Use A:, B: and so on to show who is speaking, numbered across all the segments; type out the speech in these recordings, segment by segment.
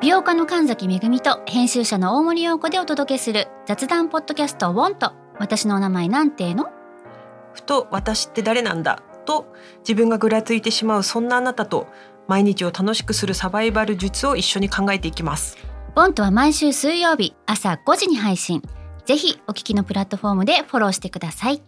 A: 美容家の神崎めぐみと編集者の大森洋子でお届けする雑談ポッドキャストウォンと私のお名前なんての
B: ふと私って誰なんだと自分がぐらついてしまうそんなあなたと毎日を楽しくするサバイバル術を一緒に考えていきます
A: ウォンとは毎週水曜日朝5時に配信ぜひお聞きのプラットフォームでフォローしてください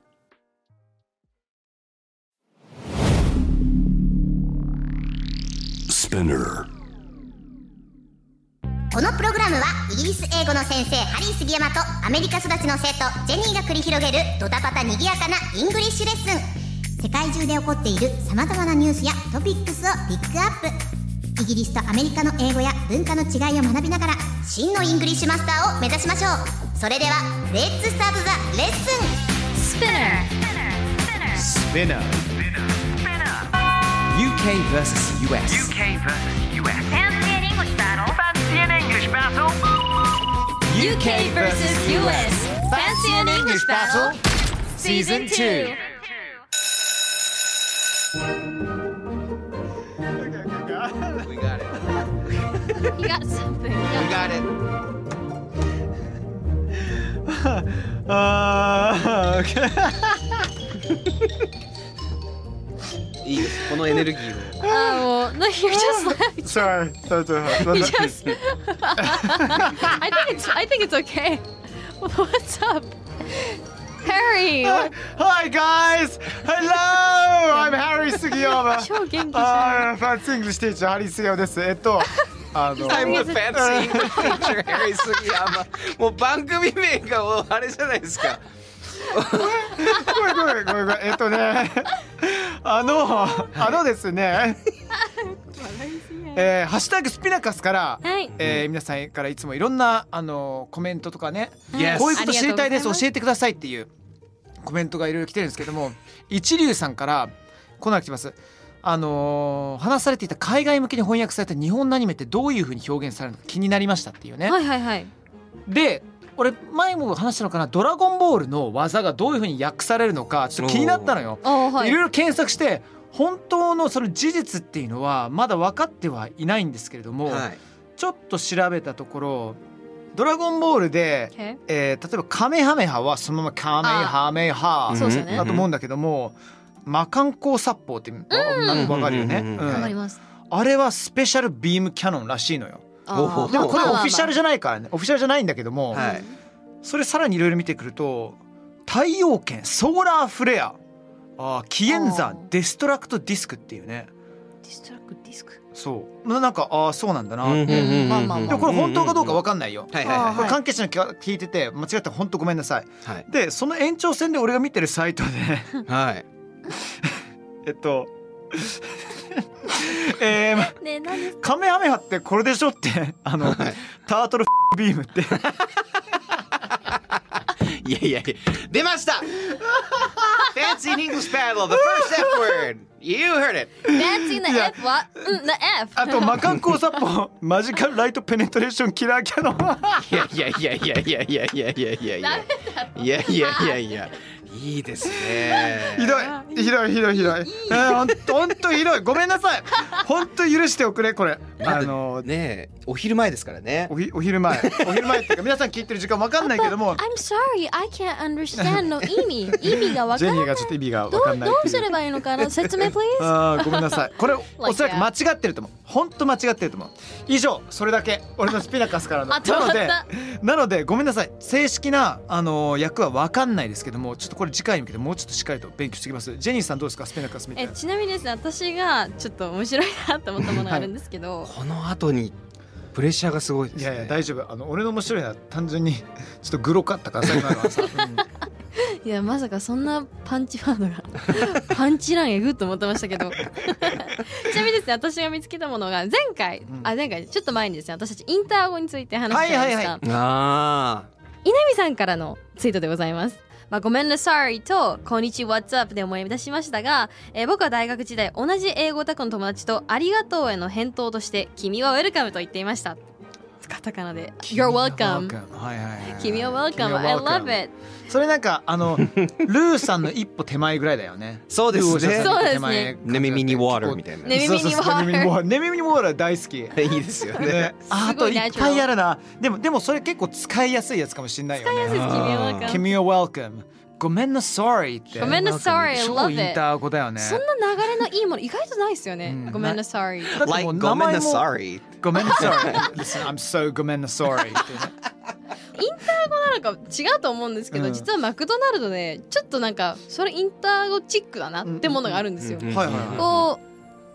C: このプログラムはイギリス英語の先生ハリー杉山とアメリカ育ちの生徒ジェニーが繰り広げるドタパタにぎやかなイングリッシュレッスン世界中で起こっている様々なニュースやトピックスをピックアップイギリスとアメリカの英語や文化の違いを学びながら真のイングリッシュマスターを目指しましょうそれではレッツスタートザレッスン
D: Spinner. UK versus US.
E: UK versus US. Fancy an English battle. Fancy an English battle.
D: UK versus US. Fancy an English battle? Season 2.
F: い いですこのエネルギーを
G: Oh, well, no, you're just laughing.
H: Sorry, sorry, sorry. sorry.
G: You just. I think it's. I think it's okay. What's up, Harry? What-
H: Hi guys! Hello! I'm Harry Sugiyama.
G: 超元気じゃん。
H: あー、Fancy English teacher Harry Sugiyama です。えっと、あ の、
F: I'm a fancy English teacher Harry Sugiyama もう番組名がもうあれじゃないですか
H: ごめんごめんごめんごめん。えっと ね、あの、あのですね、えー、ハッシュタグスピナカスから、
G: はい。
H: えー、皆さんからいつもいろんなあのコメントとかね、
F: Yes
H: こういうこと知りたいです
G: ありがとうございます
H: 教えてくださいっていうコメントがいろいろ来てるんですけども一流さんからこんなの来てますあのー話されていた海外向けに翻訳された日本のアニメってどういうふうに表現されるのか気になりましたっていうね、
G: はいはいはい。
H: で俺前も話したのかな「ドラゴンボール」の技がどういうふうに訳されるのかちょっと気になったのよ。
G: おーはいい。
H: ろいろ検索して本当のその事実っていうのはまだ分かってはいないんですけれども、
F: はい
H: ちょっと調べたところ「ドラゴンボール」で、
G: Okay
H: えー例えば「カメハメハ」はそのまま「カメハメハ
F: あ」
G: そうですよね
H: だ。と思うんだけども「魔漢光殺法」ってわなんかわかるよね、
F: うん
H: うん
G: わかります。
H: あれはスペシャルビームキャノンらしいのよ
G: あ
F: お
G: ー
F: ー
H: でもこれ
G: まあ
H: オ
G: まあまあ
H: フィシャルじゃないからねオフィシャルじゃないんだけども、
F: はい
H: それさらにいろいろ見てくると太陽圏ソーラーフレアあーキエンザ
G: あー
H: デストラクトディスクっていうね
G: ディストラクディスク。
H: そうななんかああそうなんだな、
F: うんうんうんうんうん
G: まあまあまあ
H: でもこれ本当かどうかわかんないよ、
F: はいはい
H: こ
F: は
H: れ関係者の人が聞いてて間違ってたら本当ごめんなさ
F: い
H: い
F: はい
H: でその延長線で俺が見てるサイトで
F: はい
H: えっと えーま
G: ねえ、何です
H: カメハメハってこれでしょってあの、
F: はい
H: タートルビームって
F: いやいやいや出ました Fancy an English battle the first F word you heard it
G: Fancy the F? What? うん、the F.
H: あと魔漢光殺法マジカルライトペネトレーションキラーキャノン
F: いやいやいやいやいやいやいやいやいやいやいやいやいやいやいいですね
H: ひどいひどいひどいひどいえーほんとほんとひどいごめんなさいほんと許しておくれこれあの
F: ねえお昼前ですからね
H: おひお昼前お昼前っていうか皆さん聞いてる時間わかんないけども
G: I'm sorry, I can't understand の意 味。意味がわ
H: ジ
G: か
H: ェ
G: ん
H: ニ
G: な
H: ー
G: い。
H: がちょっと意味が
G: ど
H: わか
G: うん
H: ない
G: ど
H: って
G: う
H: いう
G: すればいいのかな説明 please。
H: あーごめんなさいこれ
G: Like
H: おそらく間違ってると思う本当間違ってると思う以上それだけ俺のスピナカスからの
G: あ止
H: な
G: まっ
H: の
G: た
H: でなのでごめんなさい正式なあのー役は分かんないですけどもちょっとこれ次回に向けてもうちょっとしっかりと勉強してきますジェニーさんどうですかスピナカスみたい
G: え
H: な
G: ちなみにですね私がちょっと面白いなと思ったものがあるんですけど、
F: この後にプレッシャーがすごいです
H: い
F: ね
H: やいや大丈夫あの俺の面白いのは単純に ちょっとグロかったからさ今のは さ、うん
G: い、やまさかそんなパンチワー ドがパンチラインえぐっと思ってましたけど ちなみにですね私が見つけたものが前回、
H: ん
G: あ前回ちょっと前にですね私たちインター語について話
H: はい
G: してま
H: はい
G: した、
H: はい
F: あ
G: 稲見さんからのツイートでございます。まあ、ごめんなさいと、こんにちは、What's up で思い出しましたが、えー僕は大学時代、同じ英語オタクの友達と、ありがとうへの返答として、君はウェルカムと言っていました。カタカナで You're welcome
H: はいはいはい
G: 君は welcome I love it
H: それなんかあ のルーさんの一歩手前ぐらいだよね
I: そうですね
G: そうですね
I: ねみみに water みたいな。
G: ねみみに water
H: ねみみにワール大好き
I: いいですよね。
H: ね、ああ
G: すご
H: と
G: い
H: い
G: ナ
H: っ
G: チュラ
H: ぱ
G: ル
H: いあるなでもでもそれ結構使いやすいやつかもしれないよ
G: 君
H: ね
G: は welcome
H: 君は welcome ごめんな sorry って
G: ごめんな sorry
H: なんか
G: love
H: 超
G: it
H: インター語だよね
G: そんな流れのいいもの意外とないですよね、
H: うん
G: ごめんな sorry
H: だって
I: Like
H: もう
I: ごめ
H: 名
I: ん
H: 前
I: な
H: も
I: sorry。
H: ごめんな sorry listen I'm so ごめんな sorry ってね
G: インター語なのか違うと思うんですけど、
H: うん
G: 実はマクドナルドでちょっとなんかそれインター語チックだなってものがあるんですよ、
I: うん
H: はいはいはい
G: こ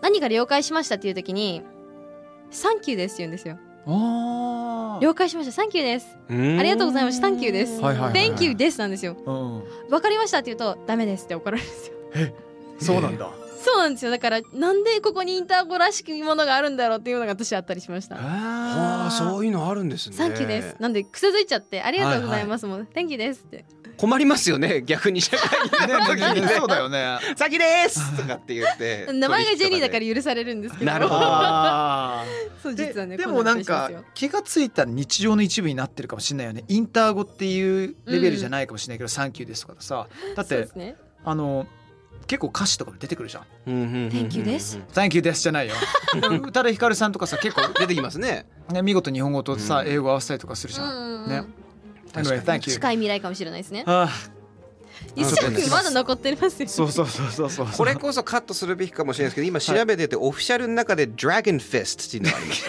G: う何か了解しましたっていう時に「サンキューです」って言うんですよ
H: あー
G: 了解しましたサンキューです
I: うん
G: ありがとうございますサンキューです、
H: はいはいはいはい
G: Thank you ですなんですよ
H: うん
G: わかりましたって言うとダメですって怒られるんですよ
H: そうなんだ
G: そうなんですよだからなんでここにインター語らしきものがあるんだろうっていうのが私あったりしました
I: はあそういうのあるんですね。
G: サンキューです。なんで癖づいちゃってありがとうございますもん、Thank you ですって。
I: 困りますよね逆に社会になった時にね。
H: そうだよね
I: サンキューですとかって言って。
G: 名前がジェニーだから許されるんですけど。
I: なるほど
H: あー
G: そう
H: で
G: 実はね。
H: で
G: こ
H: も
G: だ
H: なん
G: ったりしま
H: か
G: すよ
H: 気がついたら日常の一部になってるかもしれないよねインター語っていうレベルじゃないかもしれないけど「サンキューです」とかさだっ
G: そうで
H: て
G: すね。
H: あの結構歌詞とかも出てくるじゃん
I: うんうんうんうん。
G: Thank you です
H: 「サンキューです」じゃないよ宇多田ヒカルさんとかさ結構、
I: 出てきますね。
H: ね、見事日本語とさ、
I: うん
H: 英語合わせたりとかするじゃん、
G: うん
H: ね
I: 確かに
H: Anyway, thank you
G: 近い未来かもしれないですね。
H: あ
G: 一
I: そう
G: 緒
I: です
G: にまだ残ってますよ。
H: ー そうそうそうそうそう
I: これこそカットするべきかもしれないですけど今調べててオフィシャルの中で「ドラゴンフィスト」っていうのがあります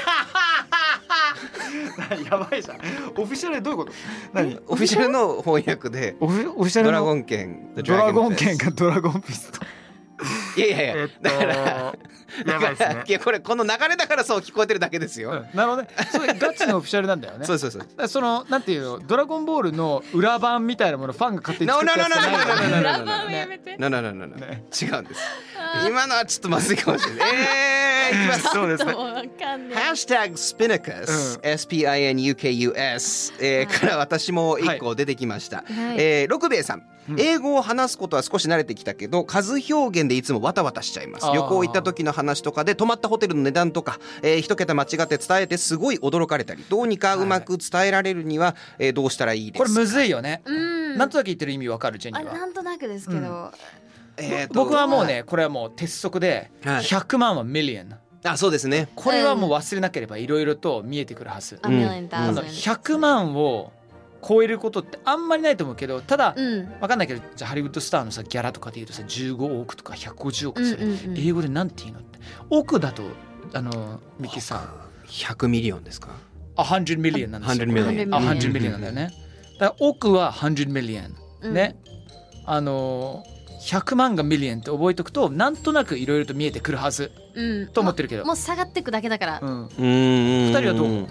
H: やばいじゃんオフィシャルでどういうこと何
I: オフィシャルの翻訳で
H: オフィオフ
I: 「
H: ィシャ
I: ド
H: ル
I: ラ
H: の
I: ゴン剣」The
H: ドラ
I: Dragon
H: ゴ
I: Fist
H: ン剣がドラゴンピスト
I: いやいやいやだから
H: とやばいですね
I: いやこれこの流れだからそう聞こえてるだけです
H: う
I: よ、
H: んなるほどねそれガチのオフィシャルなんだよね
I: そうそうそう
H: だからそのなんていうの「ドラゴンボール」の裏版みたいなものファンが勝手に
I: No
H: 作っ
I: no
H: た
I: no
H: や
I: no
H: つじゃないからね
I: no
G: ラ
I: no
G: バー
I: no
G: はやめて。
I: No, no, no, no, no. 違うんです今のはちょっとまずいかもしれないえーいきます
H: そうです
G: も
H: ね
G: うわかんない。
I: Hashtag Spinnacus、
H: うん
I: SPINUKUS、えーから私も一個出てきました、
G: はい
I: えー六兵衛さん、英語を話すことは少し慣れてきたけど数表現でいつもわたわたしちゃいます
H: あー
I: 旅行行った時の話とかで泊まったホテルの値段とか、えー一桁間違って伝えてすごい驚かれたりどうにかうまく伝えられるには、えーどうしたらいいです
H: こ
I: か
H: れむずいよね
G: うん。
H: なんとなく言ってる意味わかるジェニ
G: あ
H: ー
G: な
H: は
G: んとなくですけど。
I: えーと
H: 僕はもうねこれはもう鉄則で
I: はい
H: 100万はミリオン
I: あそうですね
H: これはもう忘れなければいろいろと見えてくるはず
G: あ million
H: あの
G: thousand。
H: 100万を超えることってあんまりないと思うけどただ
G: うん。
H: わかんないけどじゃあハリウッドスターのさギャラとかで言うとさ15億とか150
G: う
H: 億
G: ん
H: す
G: う
H: る
G: んうん。
H: 英語でなんて言うのって億だとあのミキさん
I: 100ミリオンですか
H: 100 million なんですよ。
I: 100 million
H: あ、
G: 100
H: 100 million なんだよね。だから億は100 million
G: うん
H: ね。あのー100万が million って覚えておくとなんとなくいろいろと見えてくるはず
G: うん。
H: と思ってるけど
G: も。う下がっていくだけだから
H: う。ん。
I: うん二
H: 人はどう思う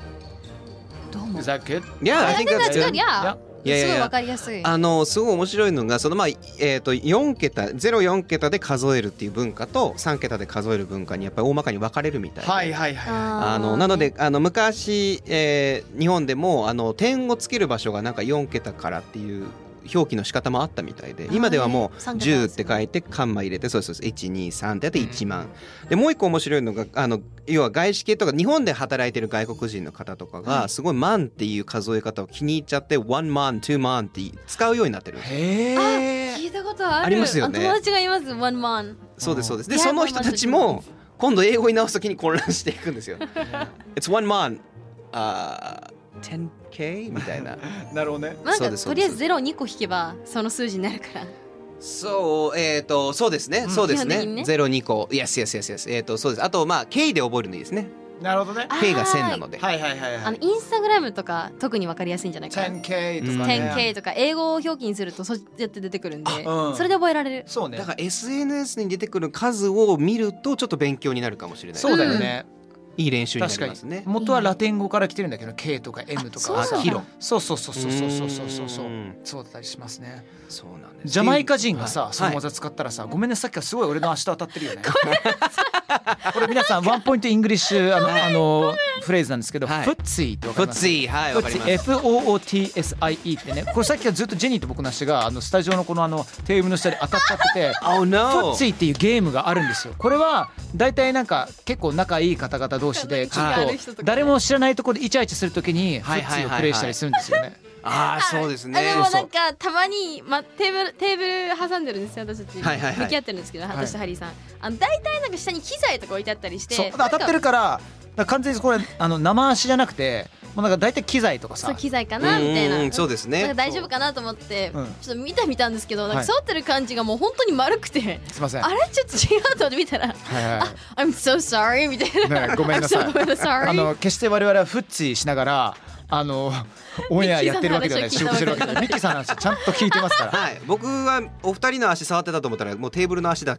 G: どう思う。
H: Is that good?
I: いや、I think that's
G: 違
I: good
G: う。いや。
I: いやいやいや
G: すごいわかりやすい。
I: あのすごい面白いのがそのまあえっ、と4桁04桁で数えるっていう文化と3桁で数える文化にやっぱり大まかに分かれるみたいな。
H: はいはいは
I: あのなのであの昔、えー日本でもあの点をつける場所がなんか4桁からっていう表記の仕方もあったみたいで今ではもう
G: 三桁なん
I: 10
G: で
I: っ
G: すね
I: て書いてカンマ入れてそうそうそう123ってやって1万、でもう一個面白いのがあの要は外資系とか日本で働いてる外国人の方とかがすごい万っていう数え方を気に入っちゃって1万2万って使うようになってるんです
H: い。へえ。
G: 聞いたことある。
I: ありますよね
G: あ友達がいます。one man。
I: そうですそうです。で
G: いや
I: その人たちも今度英語に直すときに混乱していくんですよ。It's one man, uh, 10k みたいな。
H: なるほどね。
G: なん
I: そう
G: か
I: です
G: とりあえずゼロ2個引けばその数字になるから。
I: そうえっ、とそうですね、そうです
G: 基本的に
I: ね。
G: ね
I: ゼロ二個 yes yes yes yes えっ、とそうです。あとまあ k で覚えるのいいですね。
H: なるほどね。
I: k が千なので。
H: はいはいはい
G: あ
H: は
G: の
H: い。
G: インスタグラムとか特にわかりやすいんじゃないかな。
H: 10K とかね。
G: 10K とか英語を表記にするとそうやって出てくるんで、
H: うん
G: それで覚えられる。
H: そうね
I: だ。から SNS に出てくる数を見るとちょっと勉強になるかもしれない。
H: そうだよね。
I: いい練習にな
H: 確
I: り
H: か
I: ま
H: に
I: すね。
H: 元はラテン語から来てるんだけど K とか M とか
G: あそうなんだ
H: キロそうそうそうそうそうそうそうそうそう
I: うーん
H: そうだったりしますね
I: そうなんです。
H: ジャマイカ人がさ、
I: はい
H: その技使ったらさ、ごめんね、さっきからすごい俺の足と当たってるよね。これ皆さん、ワンポイントイングリッシュ、あの、あの、フレーズなんですけど、
I: はい
H: フッツィってわか
I: プッ
H: ります
I: ツィはいわかります。
H: F O O T S I E ってね、これさっきからずっとジェニーと僕の足があのスタジオのこのあのテーブルの下で当たっちゃってて、
I: Oh
H: フ
I: no
H: ッツィっていうゲームがあるんですよ。これはだいたいなんか結構仲いい方々同士でちょ
G: はい
H: っと誰も知らないところでイチャイチャするときにフ
I: はい
H: ッ
I: はいはいはい
H: チをプレイしたりするんですよね。
I: ああそうです
G: あ
I: ね
G: でもなんかたまに、ま、テーブルテーブル挟んでるんですよ私たち、
I: はいはいはい
G: 向き合ってるんですけど
H: い
G: 私とハリーさん、あの大体なんか下に機材とか置いてあったりして
H: そう当たってる
G: か
H: からだから完全にこれあの生足じゃなくてもうなんか大体機材とか
G: そう
H: さ
G: 機材か
I: うん
G: なみたいな、
I: うんうんそうです
G: なん
I: ね
G: か大丈夫かなと思って、
H: うん
G: ちょっと見た見たんですけどなん
H: は
G: か
H: い
G: 触ってる感じがもう本当に丸くて、
H: すいません。
G: あれちょっと違うと思って見たら
H: はいはいはい
G: 「I'm so sorry」みたいな、
H: ねごめんなさい
G: I'm so ごめんなさい
H: あの決して我々はフッチしながらあのオンエアやってるわけではない
G: ミッ
H: 収録して
G: キーさ
H: る
G: んの
H: わけじゃないミッキーさんの話ちゃんと聞いてますか ら。
I: はい僕はお二人の足触ってたと思ったらもうテーブルの足 だ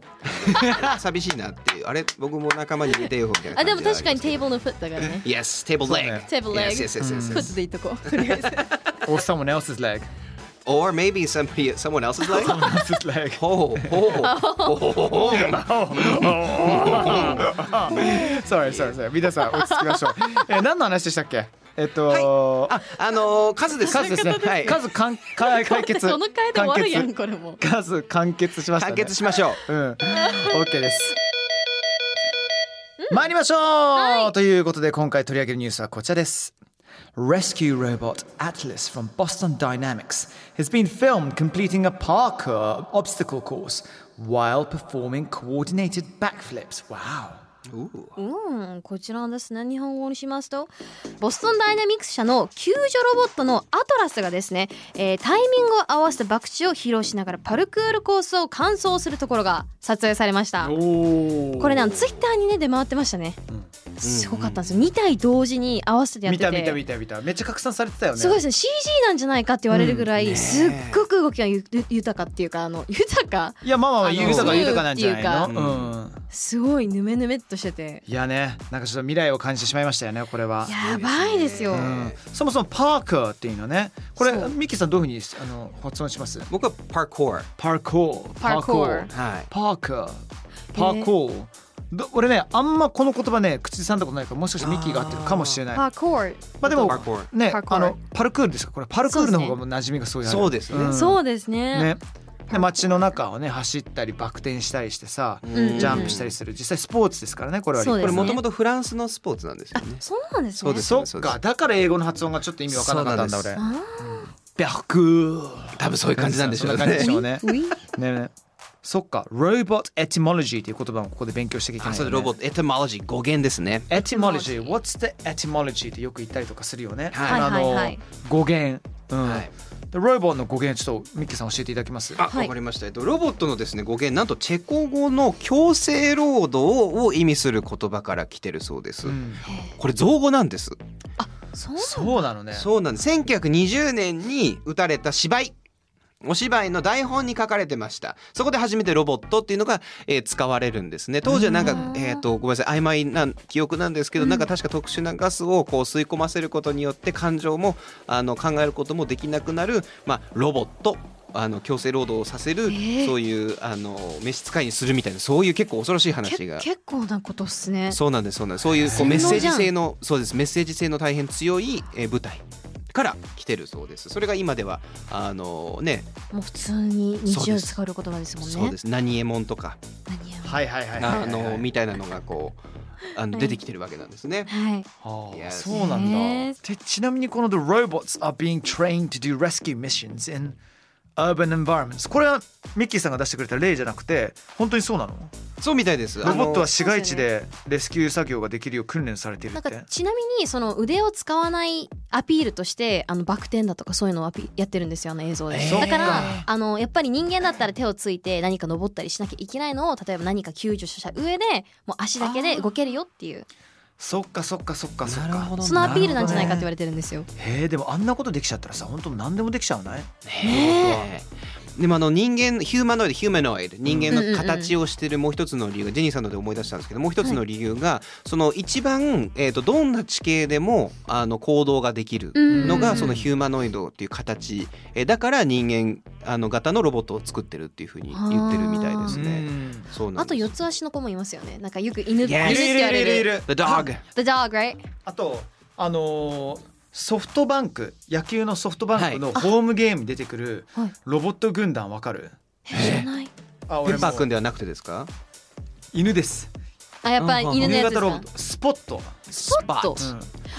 I: 寂しいなっていうあれ僕も仲間に入れようみたいな
G: あでも確かにテー
I: ブ
G: ブルのフットだからね
I: Yes table
H: そうね
I: leg
G: Table leg
I: Yes yes yes, yes,
G: フッ
I: yes.
G: トでいっとこ うとりあえず
H: Or someone else's leg.
I: Or maybe somebody someone else's leg
H: else's leg.
I: Oh, oh, oh.
H: sorry, sorry, sorry. 皆さん落ち着きましょう。えー何の話でしたっけ？えっと、
I: あ、あのー、数です。
H: カズですね。
I: はい。
H: 数かんか解決。
G: その回で終わるやん
H: 完結。
G: これもう
H: 数完結しました
I: 完
H: ね。
I: 結しましょう。
H: うん、OK です。参りましょう、ということで今回取り上げるニュースはこちらです。Rescue robot Atlas from Boston Dynamics has been filmed completing a parkour obstacle course while performing coordinated backflips. Wow.
G: うん、こちらですね日本語にしますとボストンダイナミクス社の救助ロボットのアトラスがですね、えータイミングを合わせた爆地を披露しながらパルクールコースを完走するところが撮影されましたこれねツイッターにね出回ってましたね、すごかったんですよ2体同時に合わせてやっ
H: 見
G: てて
H: た見た見た見た。めっちゃ拡散されてたよね。
G: すごいですね CG なんじゃないかって言われるぐらい、すっごく動きがゆ豊かっていうかあの豊か
H: いやまあまあ
G: あの
H: 豊か豊かなんじゃない
G: 自
H: の？うん。
G: すごいヌメヌメっとしてて
H: いやね、なんかちょっと未来を感じてしまいましたよね、これは。
G: やばいですよ、
H: うんそもそもパーカーっていうのね、これ
G: そう
H: ミキさんどういうふうにあの発音します？
I: 僕はパーコー。
H: パーコー、
G: パーコー
I: はい。
H: パーカー、パーコー。ど俺ねあんまこの言葉ね口ずさんだことないからもしかしてミキが合ってるかもしれない。
G: パ
H: ま
G: ーコール
H: あでも
I: パーコー
H: ね
G: パーコー
H: あのパルクールですかこれパルクールの方がもう馴染みがすごいある。
I: そうですね
H: ん
G: そうですね
H: ね。で街の中をね走ったりバク転したりしてさ、
G: ん
H: ジャンプしたりする実際スポーツですからねこれは。
G: そう
I: こ
G: です
I: れ
G: ね
I: もともとフランスのスポーツなんですよね。
G: そうなんですね
I: そうです
H: そっかだから英語の発音がちょっと意味わからなかったんだ
I: そう
H: 俺。
G: あ
H: ビャク
I: 多分そういう感じなんでしょう
H: そんな
I: ね
H: 感じでし。ょうね
G: ー。ウィ
H: ねねそっか robot etymology という言葉もここで勉強していけ
I: あ、
H: ないよね。
I: そうでロボットエトモロジー語源ですね。
H: etymology what's the etymology ってよく言ったりとかするよね。
I: はい
H: あの
G: はいはいはい
H: 語源。うん。
I: はい
H: で robot の語源ちょっとミッキーさん教えていただきます。
I: あ、わ
G: はい
I: かりました。えっとロボットのですね語源なんとチェコ語の強制労働を意味する言葉から来てるそうです
H: う。ん
I: これ造語なんです。
G: そう
H: そうなのね。
I: そうなんです1920年に打たれた芝居お芝居の台本に書かれてましたそこで初めてロボットっていうのが、えー使われるんですね当時はなんかえっ、とごめんなさい曖昧な記憶なんですけど、なんか確か特殊なガスをこう吸い込ませることによって感情もあの考えることもできなくなる、まあ、ロボットあの強制労働をさせる、そういうあの召使いにするみたいなそういう結構恐ろしい話が
G: け結構なことっすね
I: そうなんですそうなんですそういうこうメッ
G: 洗
I: セ
G: 脳
I: ー
G: じ
I: ジ
G: ゃん
I: 性のそうですメッセージ性の大変強いえー舞台から来てるそうですそれが今ではあのね
G: もう普通に日
I: そう
G: 常
I: で
G: に
I: す
G: 使える言葉ですもんね
I: そうです何えもんとか
G: 何や
H: はいはいはいはい。
I: あのみたいなのがこうあの出てきてるわけなんですね。
G: はい
H: ああ
I: Yes.
H: そうなんだ。
G: Yes.
H: でちなみにこの The robots are being trained to do rescue missions in urban environments。これはミッキーさんが出してくれた例じゃなくて本当にそうなの？
I: そうみたいです。
H: ロボットは
I: あ
H: 市街地でレスキュー作業ができるよう訓練されている
G: なん
H: っ
G: か
H: て。
G: ちなみにその腕を使わないアピールとしてあのバク転だとかそういうのをアピやってるんですよあの映像で、
H: えー
G: だか
H: そ
G: ら
H: っか
G: あのやっぱり人間だったら手をついて何か登ったりしなきゃいけないのを例えば何か救助した上でもう足だけで動けるよっていう
H: そっかそっかそっかそっか。
G: そのアピールなんじゃないかって言われてるんですよ、
H: へえでもあんなことできちゃったらさ本当何でもできちゃうない？
I: のねえでもあの人間ヒューマノイドヒューマノイド人間
G: うんうんう
I: の
G: ん
I: 形をしてるもう一つの理由がジェニーさんので思い出したんですけどもう一つの理由がその一番えーとどんな地形でもあの行動ができる
G: うん
I: のがそのヒューマノイドっていう形えだから人間あの型のロボットを作ってるっていうふうに言ってるみたいですね。そうな
G: あ
I: ん
G: と
I: です
G: 四つ足の子もいますよねなんかよく犬犬って
H: いるい
G: 言わ
H: る
G: れ
H: いるい
G: る
H: る。
I: The dog
G: The dog right
H: あとあのーソフトバンク野球のソフトバンクのホームゲームに出てくる
G: はい
H: ロボット軍団わかる？
G: え知らない
H: あ
I: ペッパー
H: もう
I: くんではなくてですか
H: 犬です。
G: あやっぱ犬の
H: 夕
G: やつ
H: 方ロ
G: ですか
H: ボットスポットス
G: ポット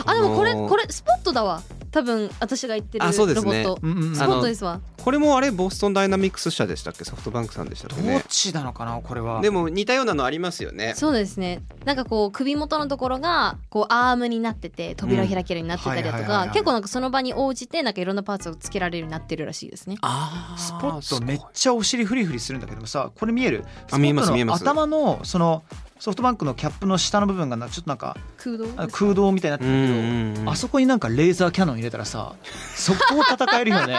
H: パ
G: あでもこれ
I: あのー
G: これスポットだわ多分私が言ってるロ
I: あ
G: ボ
I: そう
G: ッ
I: です
G: ト、
I: ね
H: ッうんうんうん
G: スポ
I: あ
G: ッ
I: の
G: トですわ
I: これもあれボストンダイナミクス社でしたっけソフトバンクさんでしたっけ
H: どっ
I: ね
H: ちなのかなこれは
I: でも似たようなのありますよね
G: そうですねなんかこう首元のところがこうアームになってて扉を開けるようになってたり
H: う
G: だ
H: ん
G: と
H: はいはいはいは
G: か
H: い
G: 結構なんかその場に応じてなんかいろんなパーツをつけられるようになってるらしいですね
I: あ
H: スポットめっちゃお尻フリフリするんだけどもさこれ見えるスポットの
I: 見えます見えます
H: 頭のそのソフトバンクのキャップの下の部分がなちょっとなんか
G: 空洞
H: あの空洞みたいになって
I: うん
H: るけど、
I: うんうん
H: あそこになんかレーザーキャノン入れたらさ速攻戦えるよね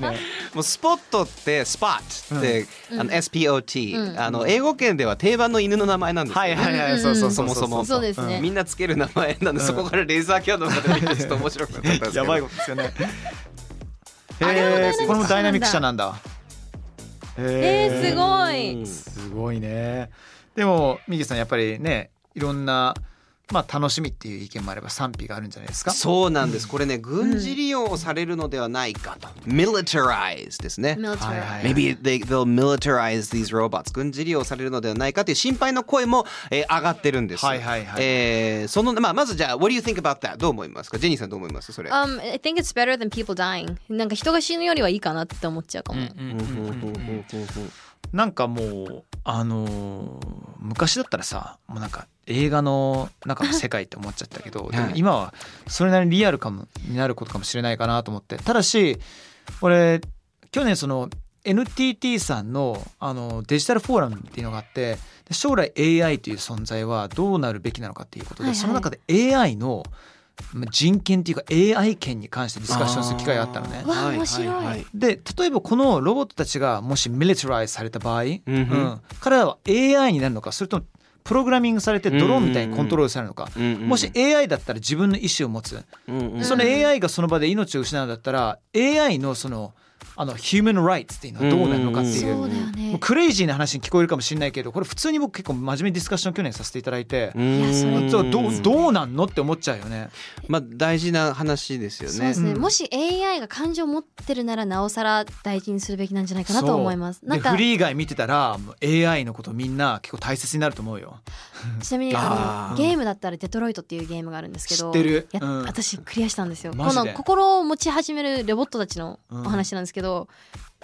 H: ね
I: もうスポットってスパットって、
G: うん
I: あの SPOT、
G: うん
I: あの英語圏では定番の犬の名前なんですよ、
H: はいはいはい、
G: うん
H: そうそう
I: そもそも
G: そうですね
I: みんなつける名前なんで、
H: うん
I: そこからレーザーキャノンが出てきてちょっと面白くなっちゃったんですけど
H: やばいことですよね
G: あれ
H: へ
G: も
H: えこれもダイナミック車なんだ
G: え
H: へ
G: ー、すごい
I: うん
H: すごいねでもミギさんやっぱりねいろんなまあ楽しみっていう意見もあれば賛否があるんじゃないですか
I: そうなんですこれね軍事利用をされるのではないかと、militarize ですね、
G: メルト
H: はいはい
I: Maybe they, they'll militarize these robots 軍事利用されるのではないかという心配の声も、えー上がってるんです。
H: はいはいはい
I: えーそのまあまずじゃあ What do you think about that どう思いますかジェニーさんどう思いますそれ。
G: Um, I think it's better than people dying なんか人が死ぬよりはいいかなって思っちゃうかも、
I: うんうんうんうんうん
H: なんかもうあのー昔だったらさもうなんか映画の中の世界って思っちゃったけど、でも今はそれなりにリアルかもになることかもしれないかなと思ってただし俺去年その NTT さんのあのデジタルフォーラムっていうのがあってで将来 AI という存在はどうなるべきなのかっていうことで、
G: はいはい
H: その中で AI のまあ人権っていうか AI 権に関してディスカッションする機会があったのね。
G: わあ面白い
H: で例えばこのロボットたちがもしミリタライズされた場合、うん
I: うん
H: 彼らは AI になるのかそれともプログラミングされてドローンみたいにコントロールされるのか、
I: うんうん
H: もし AI だったら自分の意思を持つ、
I: うんうん
H: その AI がその場で命を失うんだったら AI のそのあの human rights っていうのはどうなるのかっていう,、
I: うん
G: そうだよね
H: もうクレイジーな話に聞こえるかもしれないけどこれ普通に僕結構真面目にディスカッション去年させていただいて、
I: うん
G: いやそれ
H: そうどうどうなんのって思っちゃうよね。
I: まあ大事な話ですよ
G: そうで
I: ね
G: す。ね、
H: うん
G: もし AI が感情を持ってるならなおさら大事にするべきなんじゃないかなと思います
H: そう
G: なんか
H: でフリー以外見てたらもう AI のことみんな結構大切になると思うよ。
G: ちなみにあの
I: あー
G: ゲームだったら「デトロイト」っていうゲームがあるんですけど
H: 知ってる
G: や
H: うん
G: 私クリアしたんですよ
H: マ
G: こ
H: ジで
G: の心を持ち始めるロボットたちの
H: う
G: お
H: ん
G: 話なんですけど、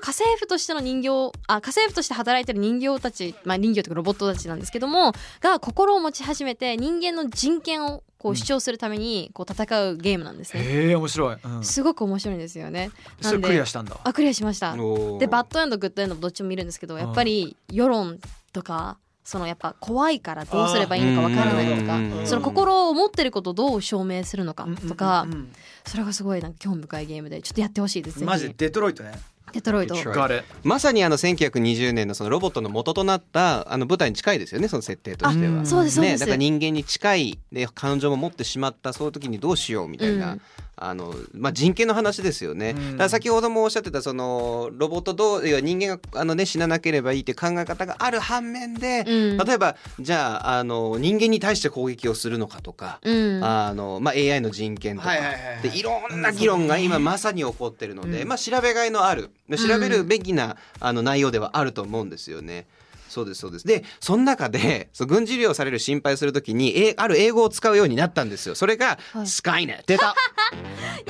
G: 家政婦としての人形あ家政婦として働いてる人形たち、まあ、人形というかロボットたちなんですけどもが心を持ち始めて人間の人権をこう主張するためにこう戦うゲームなんですね、
H: へえ面白い、うん、
G: すごく面白いんですよねな
H: それ
G: んで
H: クリアしたんだ
G: あクリアしました
I: おー
G: でバッドエンドグッドエンドもどっちも見るんですけどやっぱり世論とかそのやっぱ怖いからどうすればいいのかわからないと
I: うんうんう
G: か
I: ん
G: その心を持ってることをどう証明するのかとか
H: うんうんうん
G: それがすごいなんか興味深いゲームでちょっとやってほしいです
H: うん
G: ね
H: マジでデトロイトね
G: デトロイト
I: Detroit
H: ガレ
I: まさにあの1920年のそのロボットの元となったあの舞台に近いですよねその設定として
H: あ
I: は。
G: そうですそうで
I: ね、
G: す
I: だから人間に近いで感情も持ってしまったそういう時にどうしようみたいな、
G: うん
I: あのまあ、人権の話ですよね、
H: うん
I: だから先ほどもおっしゃってたそのロボットどういや人間があの、ね、死ななければいいって考え方がある反面で、
G: うん
I: 例えばじゃああの人間に対して攻撃をするのかとか、
G: うん
I: あのまあ、AI の人権とか、
H: はい
I: い
H: はいはいはい
I: でいろんな議論が今まさに起こってるので、まあ、調べがいのある調べるべきな、あの内容ではあると思うんですよね。そうですそうですでその中でそう軍事利用される心配するときにえある英語を使うようになったんですよそれが、
G: はい
I: スカイネット
H: 出た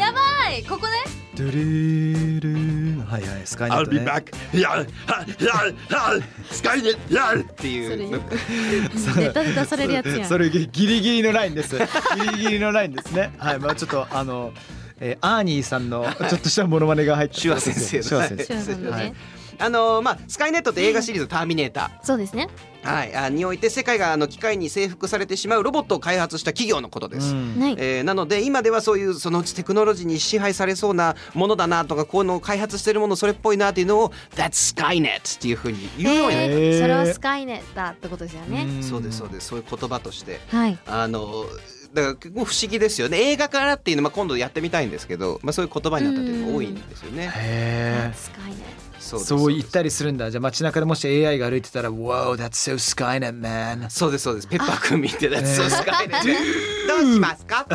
G: やばいここね
H: ドゥルルルはいはいスカイネット、ね、
I: スカイネットって
G: そ
I: いうの
G: れネタで出されるやつやん
H: それギリギリのラインですギリギリのラインです ねはいまあちょっとあの、えー、アーニーさんのちょっとしたモノマネが入った
I: 手話先生の
H: 手話先
G: シ
H: 生
G: ュワさんのね、
H: はい
I: あのまあスカイネットって映画シリーズ「ターミネーター」
G: そうですね
I: はい、あにおいて世界があの機械に征服されてしまうロボットを開発した企業のことです。
H: うん
G: はい、
I: えーなので今ではそういうそのうちテクノロジーに支配されそうなものだなとかこういうのを開発してるものそれっぽいなっていうのを「That's Skynet」っていうふうに言うようになる、
H: へー
G: それはスカイネだってことですよね、
H: ん
I: そうですそうですそういう言葉として
G: はい
I: あのだから結構不思議ですよね映画からっていうのは、まあ、今度やってみたいんですけど、まあ、そういう言葉になったというのが多いんですよね。
H: へえ
G: スカイネ
I: そうです
H: そう言ったりするんだじゃあ街中でもし AI が歩いてたら「Wow that's so Skynet man」
I: そうですそうですペッパーくん見て「That's
H: え
I: so Skynet」どうしますか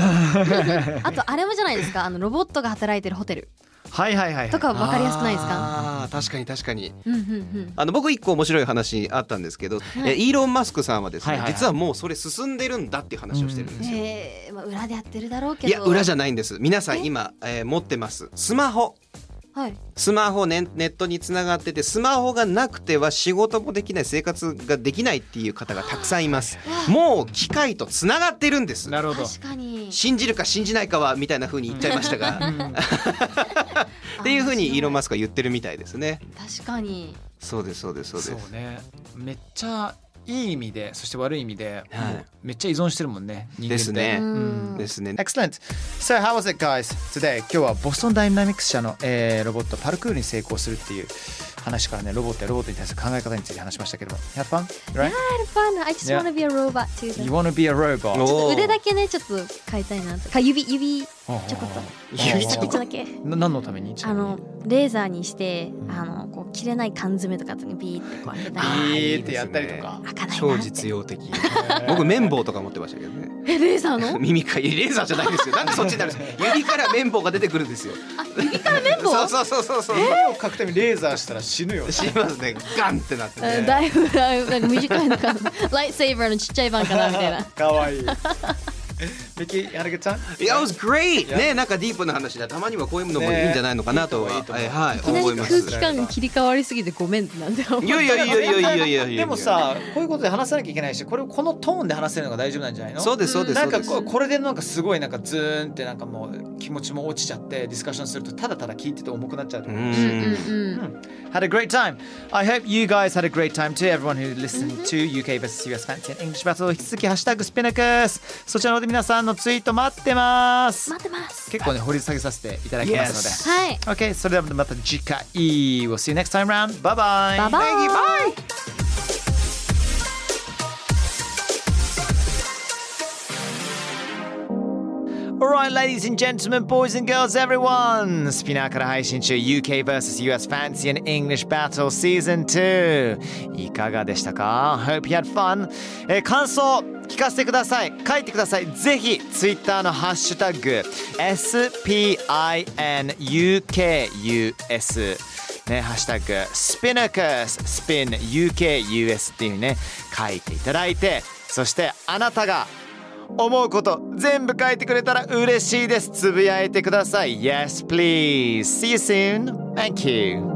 G: あとあれもじゃないですかあのロボットが働いてるホテル
F: はいはいはい
G: とか分かりやすくないですか
I: あー確かに確かに
G: うんうんうん
I: あの僕一個面白い話あったんですけど、えイーロン・マスクさんはですね、
H: はいはいはい
I: 実はもうそれ進んでるんだっていう話をしてるんですよ。
G: えーまあ、裏でやってるだろうけ
I: い
G: ど
I: や裏じゃないんです皆さん今、えー持ってますスマホ
G: はい
I: スマホねネットにつながっててスマホがなくては仕事もできない生活ができないっていう方がたくさんいますもう機械とつながってるんです
H: なるほど
G: 確かに
I: 信じるか信じないかはみたいな風に言っちゃいましたが、っていう風にイーロン・マスクは言ってるみたいですね
G: 確かに
I: そうですそうですそうです
H: そうねめっちゃいい意味でそして悪い意味で、
I: はい
H: もうめっちゃ依存してるもんね人間って
I: ですね
G: うん
I: ですね
H: Excellent! So how was it guys? Today 今日はボストンダイナミクス社の、えーロボットパルクールに成功するっていう話からねロボットやロボットに対する考え方について話しましたけども Have fun? Right?
G: fun I just wanna be a robot too
H: You wanna be a robot?
I: おー
G: 腕だけねちょっと変えたいなとか指指ちょこっと
I: 指
G: ち
I: ち
G: ょ
I: ょ
G: こ
I: こ
G: っ
I: っと
G: とだけ
H: な何のために
G: あのレーザーにしてあのこう切れない缶詰とかにビーってこう開けたり
I: あ
H: えーってやったりとか
G: 開かないな
I: 超
G: って
I: 実用 的僕綿棒とか持ってましたけどね
G: えレーザー の
I: 耳かいやレーザーじゃないですよなんでそっちに なるんですか指から綿棒が出てくるんですよ
G: 指から綿棒
I: そうそうそうそうそう
H: 絵を描くためにレーザーしたら死ぬよ
I: 死にますねガンってなって
G: うん
I: ね
G: だいぶだいぶなんか短いのかな ライトセーバーのちっちゃい版かなみたいな
H: かわいい Vicky, had a good time?
I: いや it was great ねなんかディープな話でたまにはこういうのもいいんじゃないのかなとは、
H: ねいいと思う
I: はいはい
G: いきな
I: 思い
G: り
I: ま
G: 空
I: す
G: 気感が切り替わりすぎてごめんってなんだよ
I: いやいやいやいやいやいやいやいや
H: でもさこういうことで話さなきゃいけないしこれをこのトーンで話せるのが大丈夫なんじゃないの
I: そうですそうです
H: な
I: そ
H: ん
I: う
H: か
I: です
H: こうこれでなんかすごいなんかズーンってなんかもう気持ちも落ちちゃってディスカッションするとただただ聞いてて重くなっちゃうと
I: う
H: 思う。
I: ん
H: Had a great time. I hope you guys had a great time too. Everyone who listened to UK vs US Fancy and English Battle 引き続きハッシュタグスピナクスそちらの方で皆さんのツイート待ってます。
G: 待ってます
H: 結構ね掘り下げさせていただきますので。
G: はい
H: OK それではまた次回 We'll see you next time round. Bye bye.
G: ババイ
H: オ Alright, ladies and gentlemen, boys and girls, everyone! スピナーから配信中 UK vs. US Fancy and English Battle Season 2いかがでしたか ?Hope you had fun! えー感想聞かせてください書いてくださいぜひ Twitter のハッシュタグ SPINUKUS ね、ハッシュタグスピナクススピン UKUS っていうふうにね書いていただいてそしてあなたが思うこと全部書いてくれたら嬉しいですつぶやいてください Yes please See you soon Thank you